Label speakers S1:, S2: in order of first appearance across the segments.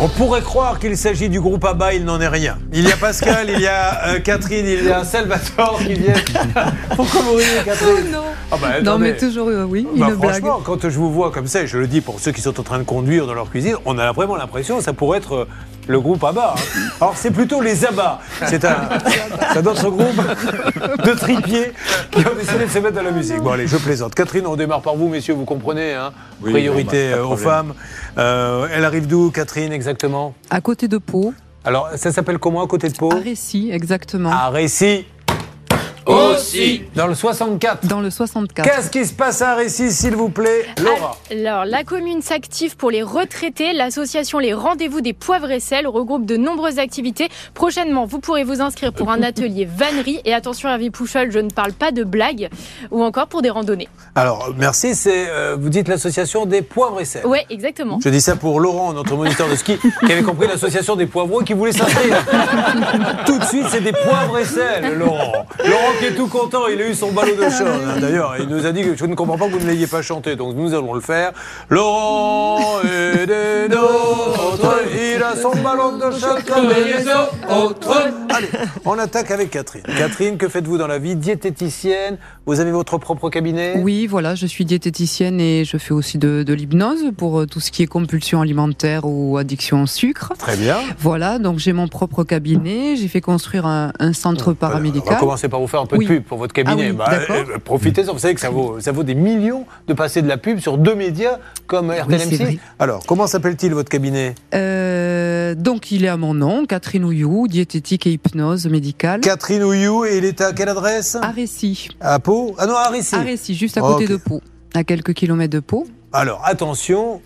S1: On pourrait croire qu'il s'agit du groupe ABBA, il n'en est rien. Il y a Pascal, il y a euh, Catherine, il y a Salvatore qui viennent. Pourquoi vous riez, Catherine
S2: non.
S1: Ah bah,
S2: Non,
S1: attendez.
S2: mais toujours, euh, oui,
S1: Bah,
S2: une blague.
S1: franchement, quand je vous vois comme ça, et je le dis pour ceux qui sont en train de conduire dans leur cuisine, on a vraiment l'impression que ça pourrait être euh, le groupe ABBA. hein. Alors c'est plutôt les ABBA. C'est un, c'est un autre groupe de tripiers qui ont décidé de se mettre dans la musique. Bon allez, je plaisante. Catherine, on démarre par vous, messieurs, vous comprenez. hein.
S3: Oui, bon, bah,
S1: Priorité
S3: pas de
S1: euh, aux
S3: problème.
S1: femmes. Euh, elle arrive d'où, Catherine, exactement
S2: À côté de Pau,
S1: Alors ça s'appelle comment à côté de Pau Ah.
S2: à Récy, exactement,
S1: À Récy,
S3: Aussi
S1: dans le 64.
S2: dans le 64.
S1: Qu'est-ce qui se passe à Récy, s'il vous plaît Laura
S4: Alors, la commune s'active pour les retraités. L'association Les Rendez-vous des Poivres et Sel regroupe de nombreuses activités. Prochainement, vous pourrez vous inscrire pour un atelier vannerie. Et attention, Hervé Pouchol, je ne parle pas de blagues ou encore pour des randonnées.
S1: Alors, merci, c'est, euh, vous dites l'association des poivres et sel.
S4: Ouais, exactement.
S1: Je dis ça pour Laurent, notre moniteur de ski, qui avait compris l'association des poivrons et qui voulait s'inscrire. tout de suite, c'est des poivres et sel, Laurent. Laurent qui est tout content, il a eu son ballot de chant. hein. D'ailleurs, il nous a dit que je ne comprends pas que vous ne l'ayez pas chanté, donc nous allons le faire. Laurent est des nôtres, il a son ballon de chant comme les autres. Allez, on attaque avec Catherine. Catherine, que faites-vous dans la vie Diététicienne, vous avez votre propre cabinet
S2: Oui, voilà, je suis diététicienne et je fais aussi de, de l'hypnose pour euh, tout ce qui est compulsion alimentaire ou addiction au sucre.
S1: Très bien.
S2: Voilà, donc j'ai mon propre cabinet, j'ai fait construire un, un
S1: bah,
S2: centre
S1: On va
S2: paramédical.
S1: commencer par vous faire un peu
S2: Oui.
S1: de pub pour votre cabinet.
S2: Ah oui, d'accord.
S1: euh, Profitez-en, vous savez que ça vaut, ça vaut des millions de passer de la pub sur deux médias comme RTLMC.
S2: c'est vrai. Hein
S1: Alors, comment s'appelle-t-il votre cabinet
S2: Euh, donc il est à mon nom, Catherine Ouillou, diététique et hypnose médicale.
S1: Catherine Ouillou, et il est à quelle adresse
S2: À Récy,
S1: À Pau Ah non, à Récy.
S2: Ah. à Récy, juste à côté
S1: Ok.
S2: de Pau, à quelques kilomètres de Pau.
S1: Alors, attention,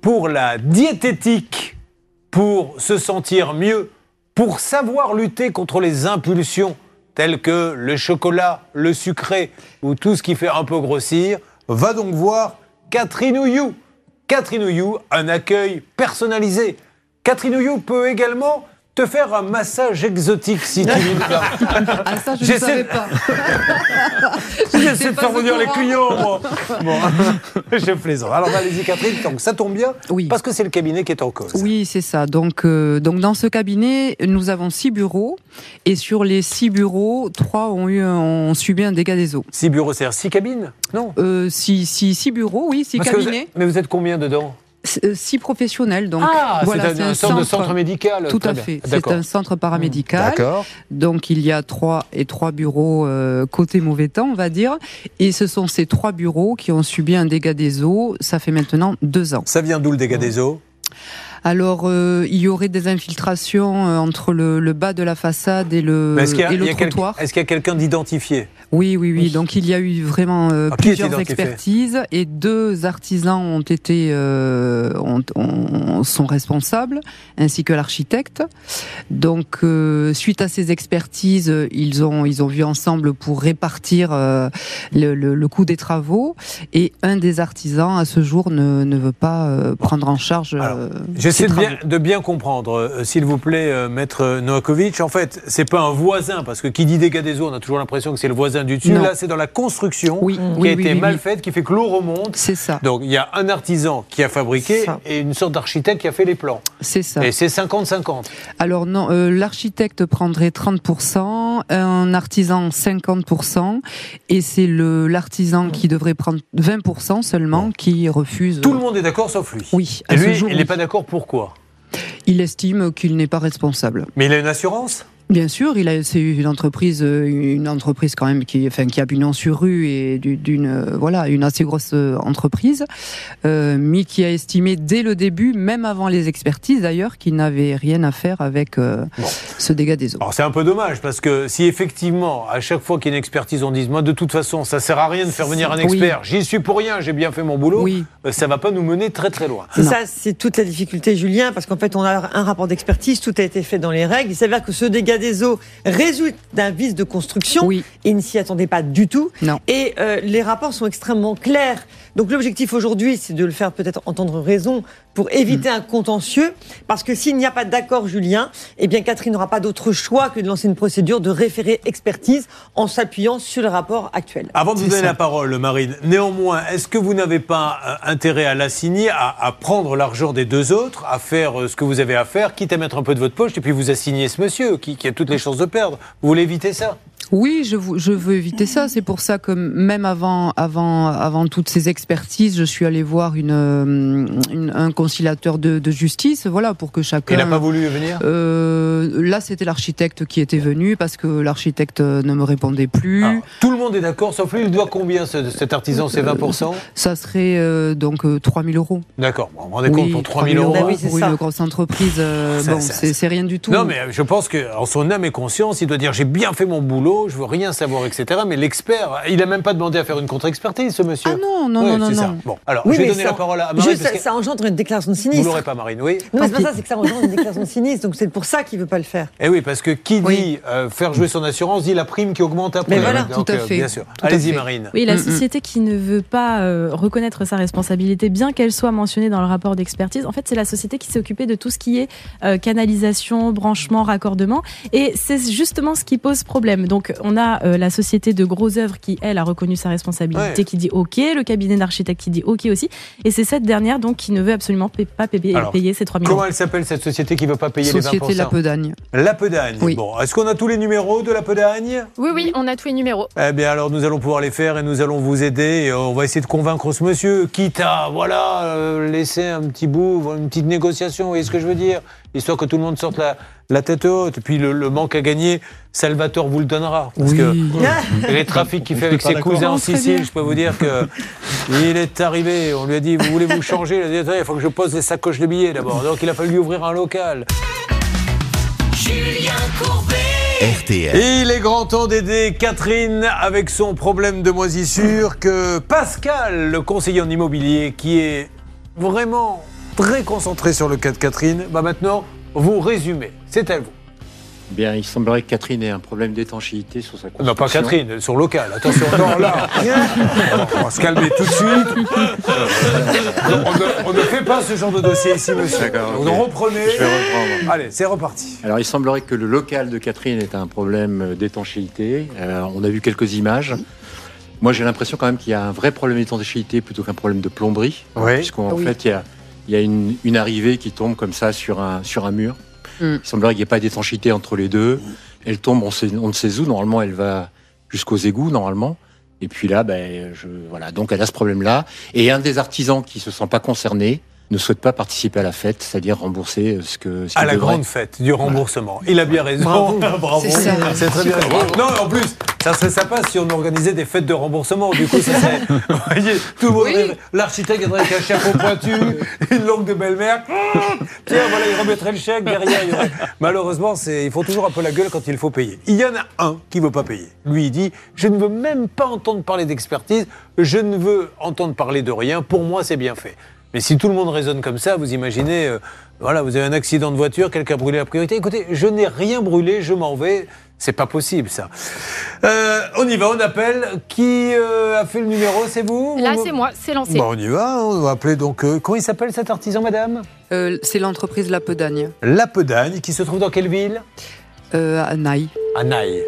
S1: pour la diététique, pour se sentir mieux, pour savoir lutter contre les impulsions telles que le chocolat, le sucré ou tout ce qui fait un peu grossir, va donc voir Catherine Ouillou. Catherine Ouillou, un accueil personnalisé. Catherine Ouillou peut également te faire un massage exotique si tu lui parles.
S2: Ah ça, je ne
S1: J'essaie-
S2: savais pas.
S1: J'essaie de
S2: pas
S1: faire
S2: au
S1: revenir les
S2: courant.
S1: clients, moi. Bon, je plaisante. Alors, allez-y, Catherine. Donc, ça tombe bien,
S2: Oui.
S1: parce que c'est le cabinet qui est en cause.
S2: Oui, c'est ça. Donc, euh, donc dans ce cabinet, nous avons six bureaux et sur les six bureaux, trois ont eu un- ont subi un dégât des eaux.
S1: Six bureaux, c'est-à-dire six cabines Non.
S2: Euh, six, six, six bureaux, oui, six
S1: Parce que vous
S2: cabinets,
S1: êtes- mais vous êtes combien dedans
S2: c- euh, six professionnels. Donc
S1: Ah,
S2: voilà,
S1: c'est un, centre de centre médical.
S2: Tout
S1: Très
S2: à
S1: bien.
S2: fait. C'est
S1: D'accord. Mmh.
S2: un centre paramédical.
S1: D'accord.
S2: Donc il y a trois et trois bureaux euh, côté mauvais temps, on va dire. Et ce sont ces trois bureaux qui ont subi un dégât des eaux. Ça fait maintenant deux ans.
S1: Ça vient d'où le dégât des eaux
S2: Euh, Alors, euh, il y aurait des infiltrations euh, entre le, le bas de la façade et le,
S1: Mais Est-ce qu'il y a,
S2: et
S1: il
S2: le
S1: y a quel-
S2: trottoir.
S1: est-ce qu'il y a quelqu'un d'identifié
S2: Oui, oui, oui. Donc, il y a eu vraiment euh,
S1: Ah, qui est
S2: plusieurs
S1: identifié
S2: expertises et deux artisans ont été euh, ont- ont- sont responsables, ainsi que l'architecte. Donc, euh, suite à ces expertises, euh, ils ont ils ont vu ensemble pour répartir euh, le, le- le coût des travaux. Et un des artisans, à ce jour, ne, ne veut pas euh, prendre en charge.
S1: Alors,
S2: euh,
S1: J'essaie
S2: ces
S1: de bien,
S2: travaux.
S1: de bien comprendre, euh, s'il vous plaît, euh, maître euh, Novakovic. En fait, c'est pas un voisin, parce que qui dit dégâts des eaux, on a toujours l'impression que c'est le voisin du dessus.
S2: Non.
S1: Là, c'est dans la construction
S2: Oui,
S1: qui
S2: oui,
S1: a
S2: oui,
S1: été
S2: oui,
S1: mal
S2: oui.
S1: faite, qui fait que l'eau remonte.
S2: C'est ça,
S1: Donc, il y a un artisan qui a fabriqué
S2: Ça.
S1: et une sorte d'architecte qui a fait les plans.
S2: c'est ça.
S1: Et c'est 50-50.
S2: Alors non, euh, l'architecte prendrait 30%, un artisan 50%, et c'est le l'artisan qui devrait prendre 20% seulement qui refuse.
S1: Tout le monde est d'accord, sauf lui.
S2: Oui, à
S1: Et
S2: ce
S1: lui,
S2: jour,
S1: il
S2: oui.
S1: n'est pas d'accord pourquoi
S2: Il estime qu'il n'est pas responsable.
S1: Mais il a une assurance
S2: Bien sûr, il a c'est une entreprise, euh, une entreprise quand même qui, enfin, qui a pignon sur rue et du- d'une euh, voilà une assez grosse euh, entreprise, euh, mais qui a estimé dès le début, même avant les expertises d'ailleurs, qu'il n'avait rien à faire avec euh,
S1: Bon. Ah,
S2: ce dégât des eaux.
S1: Alors c'est un peu dommage parce que si effectivement à chaque fois qu'il y a une expertise on dise moi de toute façon ça sert à rien de faire venir un
S2: Oui.
S1: expert, j'y suis pour rien, j'ai bien fait mon boulot,
S2: Oui.
S1: euh, ça va pas nous mener très très loin.
S5: C'est
S2: Non.
S5: ça, c'est toute la difficulté, Julien, parce qu'en fait, on a un rapport d'expertise, tout a été fait dans les règles. Il s'avère que ce dégât des eaux résulte d'un vice de construction.
S2: Oui.
S5: Ils ne s'y attendaient pas du tout.
S2: Non.
S5: Et euh, les rapports sont extrêmement clairs. Donc l'objectif aujourd'hui, c'est de le faire peut-être entendre raison pour éviter
S1: Hmm.
S5: un contentieux. Parce que s'il n'y a pas d'accord, Julien, eh bien Catherine n'aura pas d'autre choix que de lancer une procédure de référé expertise en s'appuyant sur le rapport actuel.
S1: Avant de vous
S2: C'est
S1: donner
S2: ça.
S1: la parole, Marine, néanmoins, est-ce que vous n'avez pas euh, intérêt à l'assigner, à, à prendre l'argent des deux autres, à faire euh, ce que vous avez à faire, quitte à mettre un peu de votre poche, et puis vous assigner ce monsieur qui, qui a toutes les chances de perdre Vous voulez éviter ça
S2: Oui, je, vou- je veux éviter ça. C'est pour ça que même avant, avant, avant toutes ces expertises, je suis allée voir une, euh, une- un conciliateur de, de justice, voilà, pour que chacun.
S1: Il n'a pas voulu venir
S2: Euh, là, c'était l'architecte qui était venu parce que l'architecte euh, ne me répondait plus.
S1: Alors, Tout le monde est d'accord, sauf lui, il doit combien ce- cet artisan C'est 20%
S2: Ça serait euh, donc 3000 euros.
S1: D'accord, vous vous rendez
S2: Oui,
S1: compte, pour 3000
S2: 3 000
S1: euros. hein
S5: Bah oui, c'est
S2: pour
S5: ça.
S2: une grosse entreprise, euh,
S1: Ça,
S2: bon,
S1: ça,
S2: c'est
S1: ça.
S2: c'est rien du tout.
S1: Non, mais euh, je pense qu'en son âme et conscience, il doit dire j'ai bien fait mon boulot, je veux rien savoir, etc. Mais l'expert, il n'a même pas demandé à faire une contre-expertise, ce monsieur.
S2: Ah non, non,
S1: Ouais,
S2: non, non,
S1: c'est ça.
S2: non.
S1: Bon, alors, je vais
S5: mais
S1: donner
S5: ça-
S1: la parole à Marine.
S5: juste,
S1: bah parce
S5: ça,
S1: que-
S5: ça engendre une déclaration de
S1: Vous
S5: sinistre.
S1: l'aurez pas, Marine, oui.
S5: Non, mais
S2: Tant
S5: c'est pas
S2: pis.
S5: ça, c'est que ça engendre une déclaration de sinistre. Donc c'est pour ça qu'il veut pas le faire.
S1: Eh oui, parce que qui dit
S2: Oui.
S1: euh, faire jouer son assurance dit la prime qui augmente après.
S5: Mais voilà,
S1: Donc,
S2: tout à
S1: euh,
S2: fait.
S1: Bien sûr.
S2: Tout à
S1: Allez-y,
S2: fait.
S1: Marine.
S6: Oui, la
S2: Mm, mm.
S6: société qui ne veut pas euh, reconnaître sa responsabilité, bien qu'elle soit mentionnée dans le rapport d'expertise, en fait, c'est la société qui s'est occupée de tout ce qui est euh, canalisation, branchement, raccordement. Et c'est justement ce qui pose problème. Donc, on a euh, la société de gros œuvres qui, elle, a reconnu sa responsabilité,
S1: Ouais.
S6: qui dit OK, le cabinet d'architectes qui dit OK aussi. Et c'est cette dernière, donc, qui ne veut absolument pa- pas payer,
S1: Alors,
S6: payer ces 3 000 euros.
S1: Comment elle s'appelle cette société qui ne veut pas payer
S2: Société
S1: les 20%
S2: La Pedagne.
S1: La Pedagne.
S2: Oui.
S1: Bon, est-ce qu'on a tous les numéros de La Pedagne
S4: Oui, oui, on a tous les numéros.
S1: Eh bien, alors nous allons pouvoir les faire et nous allons vous aider. Et euh, on va essayer de convaincre ce monsieur, quitte à, voilà, euh, laisser un petit bout, une petite négociation, vous voyez ce que je veux dire Histoire que tout le monde sorte la, la tête haute. Et puis le, le manque à gagner, Salvatore vous le donnera. Parce
S2: Oui.
S1: que
S5: Ah
S1: Et les trafics qu'il fait
S7: Je
S1: avec
S7: suis pas
S1: ses
S7: d'accord.
S1: cousins en
S6: Oh, très
S1: Sicile,
S6: bien.
S1: je peux vous dire que il est arrivé. On lui a dit Vous voulez vous changer Il a dit Attendez, il faut que je pose les sacoches de billets d'abord. Donc il a fallu lui ouvrir un local.
S8: RTL.
S1: Et il est grand temps d'aider Catherine avec son problème de moisissure que Pascal, le conseiller en immobilier, qui est vraiment très concentré sur le cas de Catherine, bah maintenant vous résumez. C'est à vous.
S7: Bien, il semblerait que Catherine ait un problème d'étanchéité sur sa construction.
S1: Non, pas Catherine, sur local. Attention, non, là. On va se calmer tout de suite. On ne, on ne fait pas ce genre de dossier ici, monsieur.
S7: D'accord,
S1: Vous
S7: ok.
S1: reprenez.
S7: Je vais reprendre.
S1: Allez, c'est reparti.
S7: Alors, il semblerait que le local de Catherine ait un problème d'étanchéité. Euh, on a vu quelques images. Moi, j'ai l'impression quand même qu'il y a un vrai problème d'étanchéité plutôt qu'un problème de plomberie.
S1: Oui.
S7: Puisqu'en
S2: Ah oui.
S7: fait, il y a, il y a une, une arrivée qui tombe comme ça sur un, sur un mur.
S2: Mm.
S7: Il semblerait qu'il n'y ait pas d'étanchéité entre les deux. Elle tombe, on, sait- on ne sait où. Normalement, elle va jusqu'aux égouts, normalement. Et puis là, ben, je, voilà. Donc, elle a ce problème-là. Et un des artisans qui se sent pas concerné ne souhaite pas participer à la fête, c'est-à-dire rembourser euh, ce que ce
S1: À
S7: qu'il
S1: la
S7: devrait.
S1: grande fête du remboursement. Il a bien raison.
S2: Bravo.
S1: Bravo.
S2: C'est ça.
S1: C'est très bien. Non, en plus, ça serait sympa si on organisait des fêtes de remboursement. Du coup, ça serait. Vous voyez, tout le monde.
S2: Oui.
S1: rêve. L'architecte viendrait avec un chapeau pointu, une langue de belle-mère. Tiens, voilà, il remettrait le chèque derrière. il y aurait- Malheureusement, c'est, ils font toujours un peu la gueule quand il faut payer. Il y en a un qui veut pas payer. Lui, il dit Je ne veux même pas entendre parler d'expertise, je ne veux entendre parler de rien, pour moi, c'est bien fait. Mais si tout le monde raisonne comme ça, vous imaginez, euh, voilà, vous avez un accident de voiture, quelqu'un a brûlé la priorité. Écoutez, je n'ai rien brûlé, je m'en vais. C'est pas possible, ça. Euh, on y va, on appelle. Qui euh, a fait le numéro C'est vous
S4: Là,
S1: Vous-
S4: c'est moi, c'est lancé.
S1: Oh, Bon, on y va, on va appeler donc. euh, comment il s'appelle cet artisan, madame
S2: Euh, c'est l'entreprise La Pedagne,
S1: La Pedagne, qui se trouve dans quelle ville
S2: euh, à Naï.
S1: À Naï.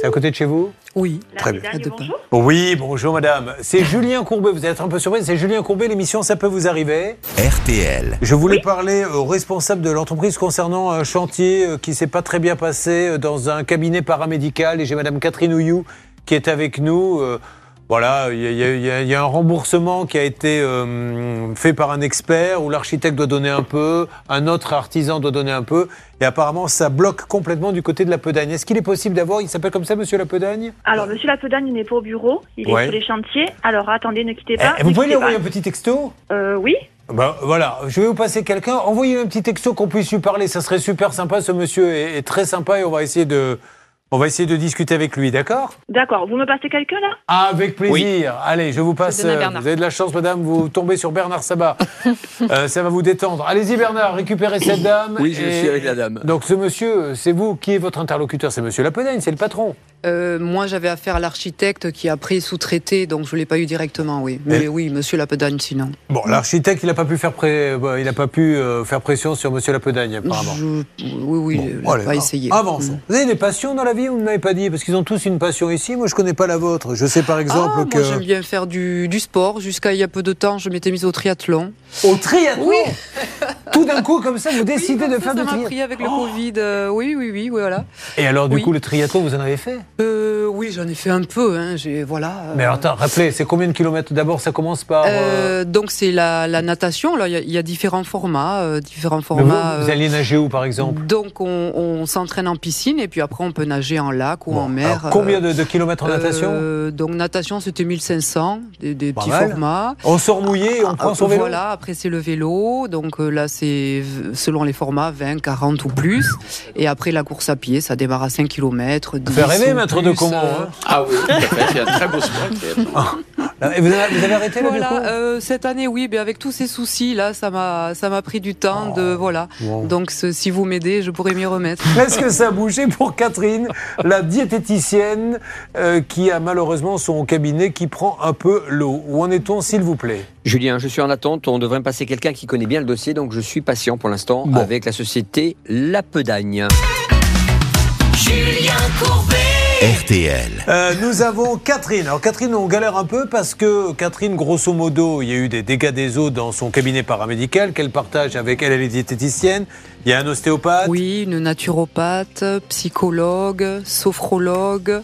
S1: C'est à côté de chez vous
S2: Oui,
S1: Très bien.
S2: à deux pas.
S1: Oui, bonjour madame. C'est Julien Courbet, vous allez être un peu surpris, c'est Julien Courbet, l'émission Ça peut vous arriver.
S8: RTL.
S1: Je voulais parler euh, au responsable de l'entreprise concernant un chantier euh, qui s'est pas très bien passé euh, dans un cabinet paramédical et j'ai madame Catherine Ouillou qui est avec nous. Euh, Voilà, il y, a- il y a- il y a- il y a un remboursement qui a été euh, fait par un expert où l'architecte doit donner un peu, un autre artisan doit donner un peu, et apparemment ça bloque complètement du côté de la Pedagne. Est-ce qu'il est possible d'avoir, il s'appelle comme ça, monsieur la Pedagne
S9: Alors, monsieur Lapedagne, il n'est pas au bureau, il est
S1: Ouais.
S9: sur les chantiers. Alors, attendez, ne quittez pas.
S1: Eh, Vous
S9: ne
S1: pouvez lui
S9: quittez
S1: envoyer un petit texto
S9: pas. Euh, oui.
S1: Ben, voilà, je vais vous passer quelqu'un. Envoyez un petit texto qu'on puisse lui parler. Ça serait super sympa. Ce monsieur est, est très sympa et on va essayer de, On va essayer de discuter avec lui, d'accord
S9: D'accord. Vous me passez quelqu'un là
S1: Avec plaisir. Allez, je vous passe.
S4: Je donne à
S1: euh, vous
S4: Bernard.
S1: avez de la chance, madame, vous tombez sur Bernard Sabat. Euh, ça va vous détendre. Allez-y, Bernard, récupérez cette dame.
S3: Oui, je
S1: et-
S3: suis avec la dame.
S1: Donc, ce monsieur, c'est vous. Qui est votre interlocuteur C'est monsieur Lapenaigne, c'est le patron.
S2: Euh, moi, j'avais affaire à l'architecte qui a pris sous-traité, donc je ne l'ai pas eu directement, oui. Mais
S1: Et-
S2: oui, monsieur Lapedagne, sinon.
S1: Bon, l'architecte, il n'a pas pu, faire, pré- bah, il a pas pu euh, faire pression sur monsieur Lapenaigne, apparemment.
S2: Je- Oui, oui,
S1: Bon,
S2: je l'ai
S1: allez,
S2: pas
S1: av-
S2: essayé.
S1: Avançons.
S2: Mm.
S1: Vous avez des passions dans la vie, vous ne m'avez pas dit, parce qu'ils ont tous une passion ici. Moi, je connais pas la vôtre. Je sais par exemple
S2: Ah,
S1: que.
S2: moi, j'aime bien faire du, du sport. Jusqu'à il y a peu de temps, je m'étais mise au triathlon.
S1: Au triathlon Tout d'un coup, comme ça, vous décidez de faire
S2: ça
S1: du
S2: m'a
S1: triathlon.
S2: pris avec le Covid. euh, oui, oui, oui, oui, voilà.
S1: Et alors, du
S2: Oui.
S1: coup, le triathlon, vous en avez fait
S2: Euh, oui, j'en ai fait un peu. Hein, j'ai voilà. euh,
S1: Mais alors, attends, rappelez, c'est combien de kilomètres D'abord, ça commence par. euh,
S2: euh, donc c'est la, la natation. Là, il y a- il y, a différents formats, euh, différents
S1: mais vous,
S2: formats.
S1: vous
S2: euh,
S1: alliez nager où, par exemple
S2: donc on, on s'entraîne en piscine et puis après on peut nager en lac ou
S1: Bon,
S2: en mer.
S1: alors, combien de,
S2: euh,
S1: de kilomètres en natation
S2: euh, Donc natation c'était 1500, des, des
S1: Pas
S2: petits
S1: mal.
S2: formats.
S1: On sort mouillé, on prend
S2: Ah,
S1: son vélo.
S2: Voilà, après c'est le vélo, donc euh, là c'est v- selon les formats 20, 40 ou plus. Et après la course à pied, ça démarre à 5 km.
S1: Ça fait rêver, maître de hein. comment
S2: euh,
S3: Ah oui, tout à fait, c'est un très beau sport.
S1: Et vous, avez, vous avez arrêté là, du
S2: Voilà,
S1: coup
S2: euh, cette année, oui, ben, avec tous ces soucis là, ça m'a, ça m'a pris du temps
S1: Oh.
S2: de voilà.
S1: Bon.
S2: Donc ce- si vous m'aidez, je pourrais m'y remettre.
S1: Est-ce que ça a bougé pour Catherine, la diététicienne euh, qui a malheureusement son cabinet qui prend un peu l'eau Où en est-on, s'il vous plaît
S10: Julien, je suis en attente. On devrait me passer quelqu'un qui connaît bien le dossier, donc je suis patient pour l'instant
S1: Bon.
S10: avec la société La Pedagne.
S8: RTL,
S1: Euh, nous avons Catherine. Alors Catherine, on galère un peu parce que Catherine, grosso modo, il y a eu des dégâts des eaux dans son cabinet paramédical qu'elle partage avec elle, elle est diététicienne. Il y a un ostéopathe.
S2: Oui, une naturopathe, psychologue, sophrologue,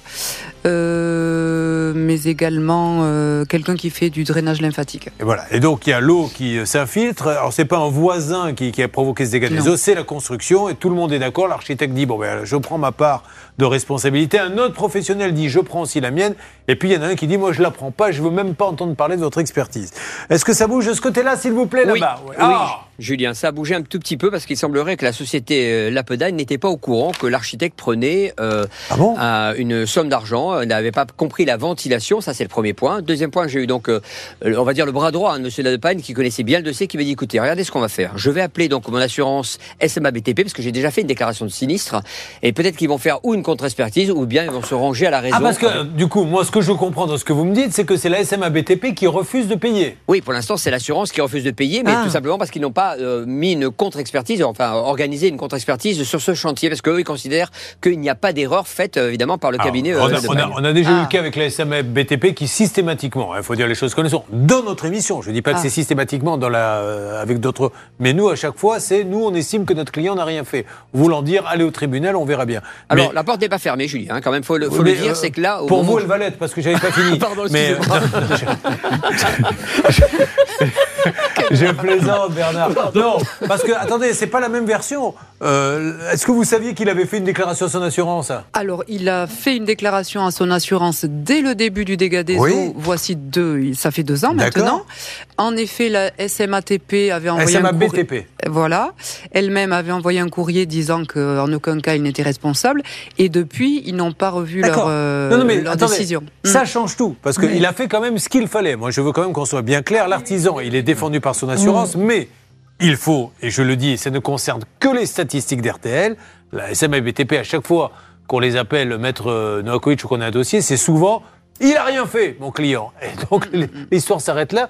S2: euh, mais également euh, quelqu'un qui fait du drainage lymphatique.
S1: Et voilà. Et donc il y a l'eau qui euh, s'infiltre. Alors c'est pas un voisin qui, qui a provoqué ce dégât des
S2: Non.
S1: eaux, c'est la construction et tout le monde est d'accord. L'architecte dit bon ben je prends ma part de responsabilité. Un autre professionnel dit je prends aussi la mienne. Et puis il y en a un qui dit moi je la prends pas, je veux même pas entendre parler de votre expertise. Est-ce que ça bouge de ce côté-là s'il vous plaît là-bas Ouais.
S10: oui.
S1: Ah
S10: Julien, ça a bougé un tout petit peu parce qu'il semblerait que la société euh, La Pedagne n'était pas au courant que l'architecte prenait euh,
S1: Ah bon
S10: à une somme d'argent, euh, n'avait pas compris la ventilation, ça c'est le premier point. Deuxième point, j'ai eu donc, euh, euh, on va dire, le bras droit hein, de M. Ladepagne qui connaissait bien le dossier, qui m'a dit, écoutez, regardez ce qu'on va faire. Je vais appeler donc mon assurance SMABTP, parce que j'ai déjà fait une déclaration de sinistre, et peut-être qu'ils vont faire ou une contre-expertise, ou bien ils vont se ranger à la raison.
S1: Ah parce que du coup, moi ce que je comprends dans ce que vous me dites, c'est que c'est la SMABTP qui refuse de payer.
S10: Oui, pour l'instant, c'est l'assurance qui refuse de payer, mais
S5: Ah.
S10: tout simplement parce qu'ils n'ont pas euh, mis une contre-expertise, enfin organisé une contre-expertise sur ce chantier, parce qu'eux, ils considèrent qu'il n'y a pas d'erreur faite, euh, évidemment, par le cabinet.
S1: Alors, Ah, on, a, on a-
S10: euh, de Pagne.
S1: on a déjà eu
S2: Ah.
S1: le cas avec la SMABTP qui systématiquement, il faut dire les choses comme elles sont, dans notre émission, je ne dis pas que
S2: Ah.
S1: c'est systématiquement dans la, euh, avec d'autres, mais nous à chaque fois, c'est nous on estime que notre client n'a rien fait, voulant dire allez au tribunal, on verra bien.
S10: Alors,
S1: Mais-
S10: la porte n'est pas fermée, Julien, hein, quand même, faut le, faut
S1: mais,
S10: le dire,
S1: euh,
S10: c'est que là. au
S1: pour
S10: moment
S1: vous
S10: où-
S1: elle va l'être parce que j'avais pas fini.
S10: Pardon,
S1: Mais, euh,
S10: excusez-moi.
S1: Je plaisante, Bernard. Non, parce que, attendez, c'est pas la même version. Euh, Est-ce que vous saviez qu'il avait fait une déclaration à son assurance
S2: Alors, il a fait une déclaration à son assurance dès le début du dégât des
S1: Oui.
S2: eaux. Voici deux, ça fait deux ans
S1: D'accord.
S2: maintenant. En effet, la SMATP avait envoyé un courrier.
S1: SMABTP.
S2: Voilà. Elle-même avait envoyé un courrier disant qu'en aucun cas il n'était responsable. Et depuis, ils n'ont pas revu leur,
S1: D'accord.
S2: euh,
S1: Non, non, mais
S2: leur
S1: attendez,
S2: décision.
S1: Ça
S2: Mm.
S1: change tout, parce qu'il a fait quand même ce qu'il fallait. Moi, je veux quand même qu'on soit bien clair. L'artisan, il est défendu par son assurance, mais il faut, et je le dis, ça ne concerne que les statistiques d'RTL. La SMABTP, à chaque fois qu'on les appelle maître euh, Novakovic ou qu'on a un dossier, c'est souvent il a rien fait, mon client. Et donc, l'histoire s'arrête là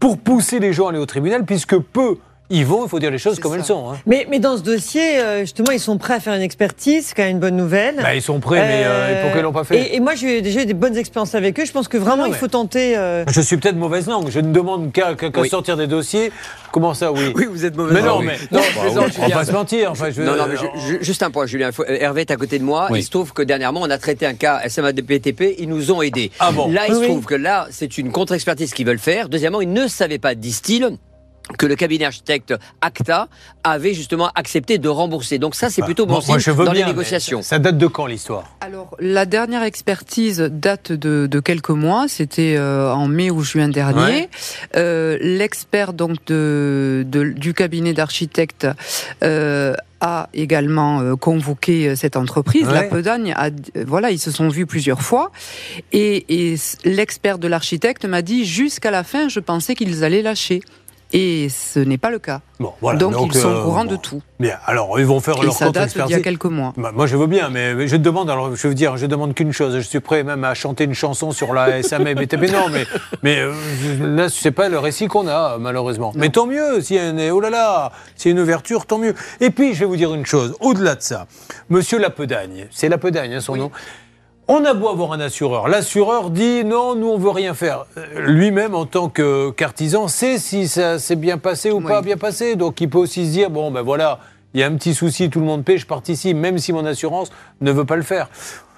S1: pour pousser les gens à aller au tribunal, puisque peu y vont, il faut dire les choses
S2: C'est
S1: comme
S2: ça.
S1: elles sont. hein.
S5: Mais, mais dans ce dossier, euh, justement, ils sont prêts à faire une expertise, c'est quand même une bonne nouvelle.
S1: Bah, ils sont prêts, mais euh,
S5: Euh,
S1: pourquoi ils l'ont pas fait Ah,
S5: et, et moi, j'ai déjà eu des bonnes expériences avec eux. Je pense que vraiment,
S1: Non,
S5: il
S1: mais-
S5: faut tenter. euh,
S1: Je suis peut-être mauvaise langue, je ne demande qu'à qu'à- qu'à
S10: Oui.
S1: sortir des dossiers. Comment ça, oui
S10: Oui, vous êtes mauvais.
S1: Mais
S10: Ah
S1: non,
S10: oui.
S1: mais
S10: Non,
S1: non,
S10: je plaisante,
S1: on va
S10: Julien.
S1: pas se mentir. Enfin, je, euh,
S10: Non, non, mais je- je- juste un point, Julien. Il faut- euh, Hervé est à côté de moi.
S7: Oui.
S10: Il se trouve que dernièrement, on a traité un cas SMADPTP. Ils nous ont aidés.
S1: Ah bon
S10: Là, il
S5: Oui,
S10: se
S5: oui.
S10: trouve que là, c'est une contre-expertise qu'ils veulent faire. Deuxièmement, ils ne savaient pas, disent-ils, que le cabinet architecte ACTA avait justement accepté de rembourser. Donc ça, c'est plutôt
S1: Bah,
S10: bon,
S1: Moi,
S10: signe
S1: moi, je veux
S10: dans
S1: bien,
S10: les
S1: mais
S10: négociations.
S1: Ça date de quand l'histoire
S2: Alors, la dernière expertise date de, de quelques mois. C'était euh, en mai ou juin dernier.
S1: Ouais.
S2: Euh, L'expert donc de, de- du cabinet d'architectes euh, a également euh, convoqué euh, cette entreprise. La
S1: Ouais.
S2: Pedagne, a, euh, voilà, ils se sont vus plusieurs fois. Et, et s- l'expert de l'architecte m'a dit jusqu'à la fin, je pensais qu'ils allaient lâcher. Et ce n'est pas le cas.
S1: Bon, voilà,
S2: donc, ils sont
S1: euh,
S2: au courant de
S1: bon.
S2: tout.
S1: Bien, alors ils vont faire
S2: Et
S1: leur
S2: ça
S1: compte
S2: date d'il y a
S1: expertise.
S2: quelques mois.
S1: Bah, moi, je veux bien, mais mais je te demande, alors je veux dire, je demande qu'une chose. Je suis prêt même à chanter une chanson sur la SAM et BTP. Non, mais, mais euh, là, c'est pas le récit qu'on a, malheureusement. Mais tant mieux, s'il y a une, oh là là, s'il y a une ouverture, tant mieux. Et puis, je vais vous dire une chose, au-delà de ça, monsieur Lapedagne, c'est Lapedagne, hein, son nom. On a beau avoir un assureur, l'assureur dit non, nous on veut rien faire. Euh, Lui-même en tant que- qu'artisan sait si ça s'est bien passé ou pas bien passé, donc il peut aussi se dire bon ben voilà, il y a un petit souci, tout le monde paie, je participe, même si mon assurance ne veut pas le faire.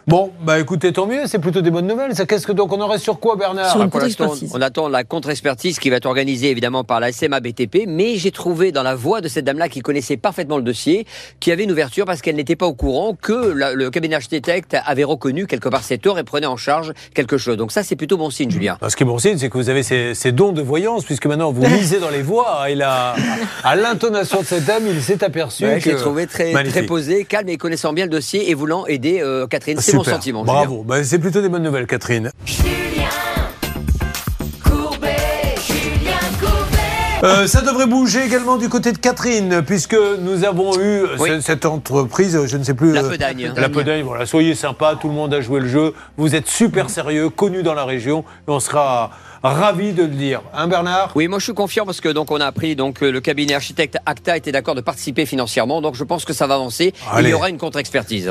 S1: Bon, bah écoutez, tant mieux, c'est plutôt des bonnes nouvelles. Ça, qu'est-ce que donc on en reste sur quoi, Bernard
S5: Sur une
S10: Ah, Pour l'instant,
S5: contre-expertise.
S10: on attend la contre-expertise qui va être organisée évidemment par la SMA BTP, mais j'ai trouvé dans la voix de cette dame-là qui connaissait parfaitement le dossier, qui avait une ouverture parce qu'elle n'était pas au courant que la- le cabinet architecte avait reconnu quelque part ses torts et prenait en charge quelque chose. Donc ça, c'est plutôt bon signe, Julien.
S1: Ah, Ce qui est bon signe, c'est que vous avez ces, ces dons de voyance, puisque maintenant vous lisez dans les voix. hein, Il a, à l'intonation de cette dame, il s'est aperçu
S10: Ouais, je
S1: que.
S10: l'ai trouvé très, très
S1: Magnifique.
S10: posé, calme et connaissant bien le dossier et voulant aider euh, Catherine. C'est mon
S1: Ah, Super.
S10: sentiment. Julien.
S1: Bravo, Bah, c'est plutôt des bonnes nouvelles, Catherine. Euh, ça devrait bouger également du côté de Catherine, puisque nous avons eu euh,
S10: Oui.
S1: ce- cette entreprise, euh, je ne sais plus.
S10: La
S1: euh,
S10: Pedagne.
S1: La Pedagne, voilà. Soyez sympa, tout le monde a joué le jeu. Vous êtes super sérieux, connu dans la région, et on sera ravis de le dire. Hein, Bernard
S10: Oui, moi je suis confiant parce que donc on a appris donc que le cabinet architecte Acta était d'accord de participer financièrement, donc je pense que ça va avancer. et
S1: Allez.
S10: il y aura une contre-expertise.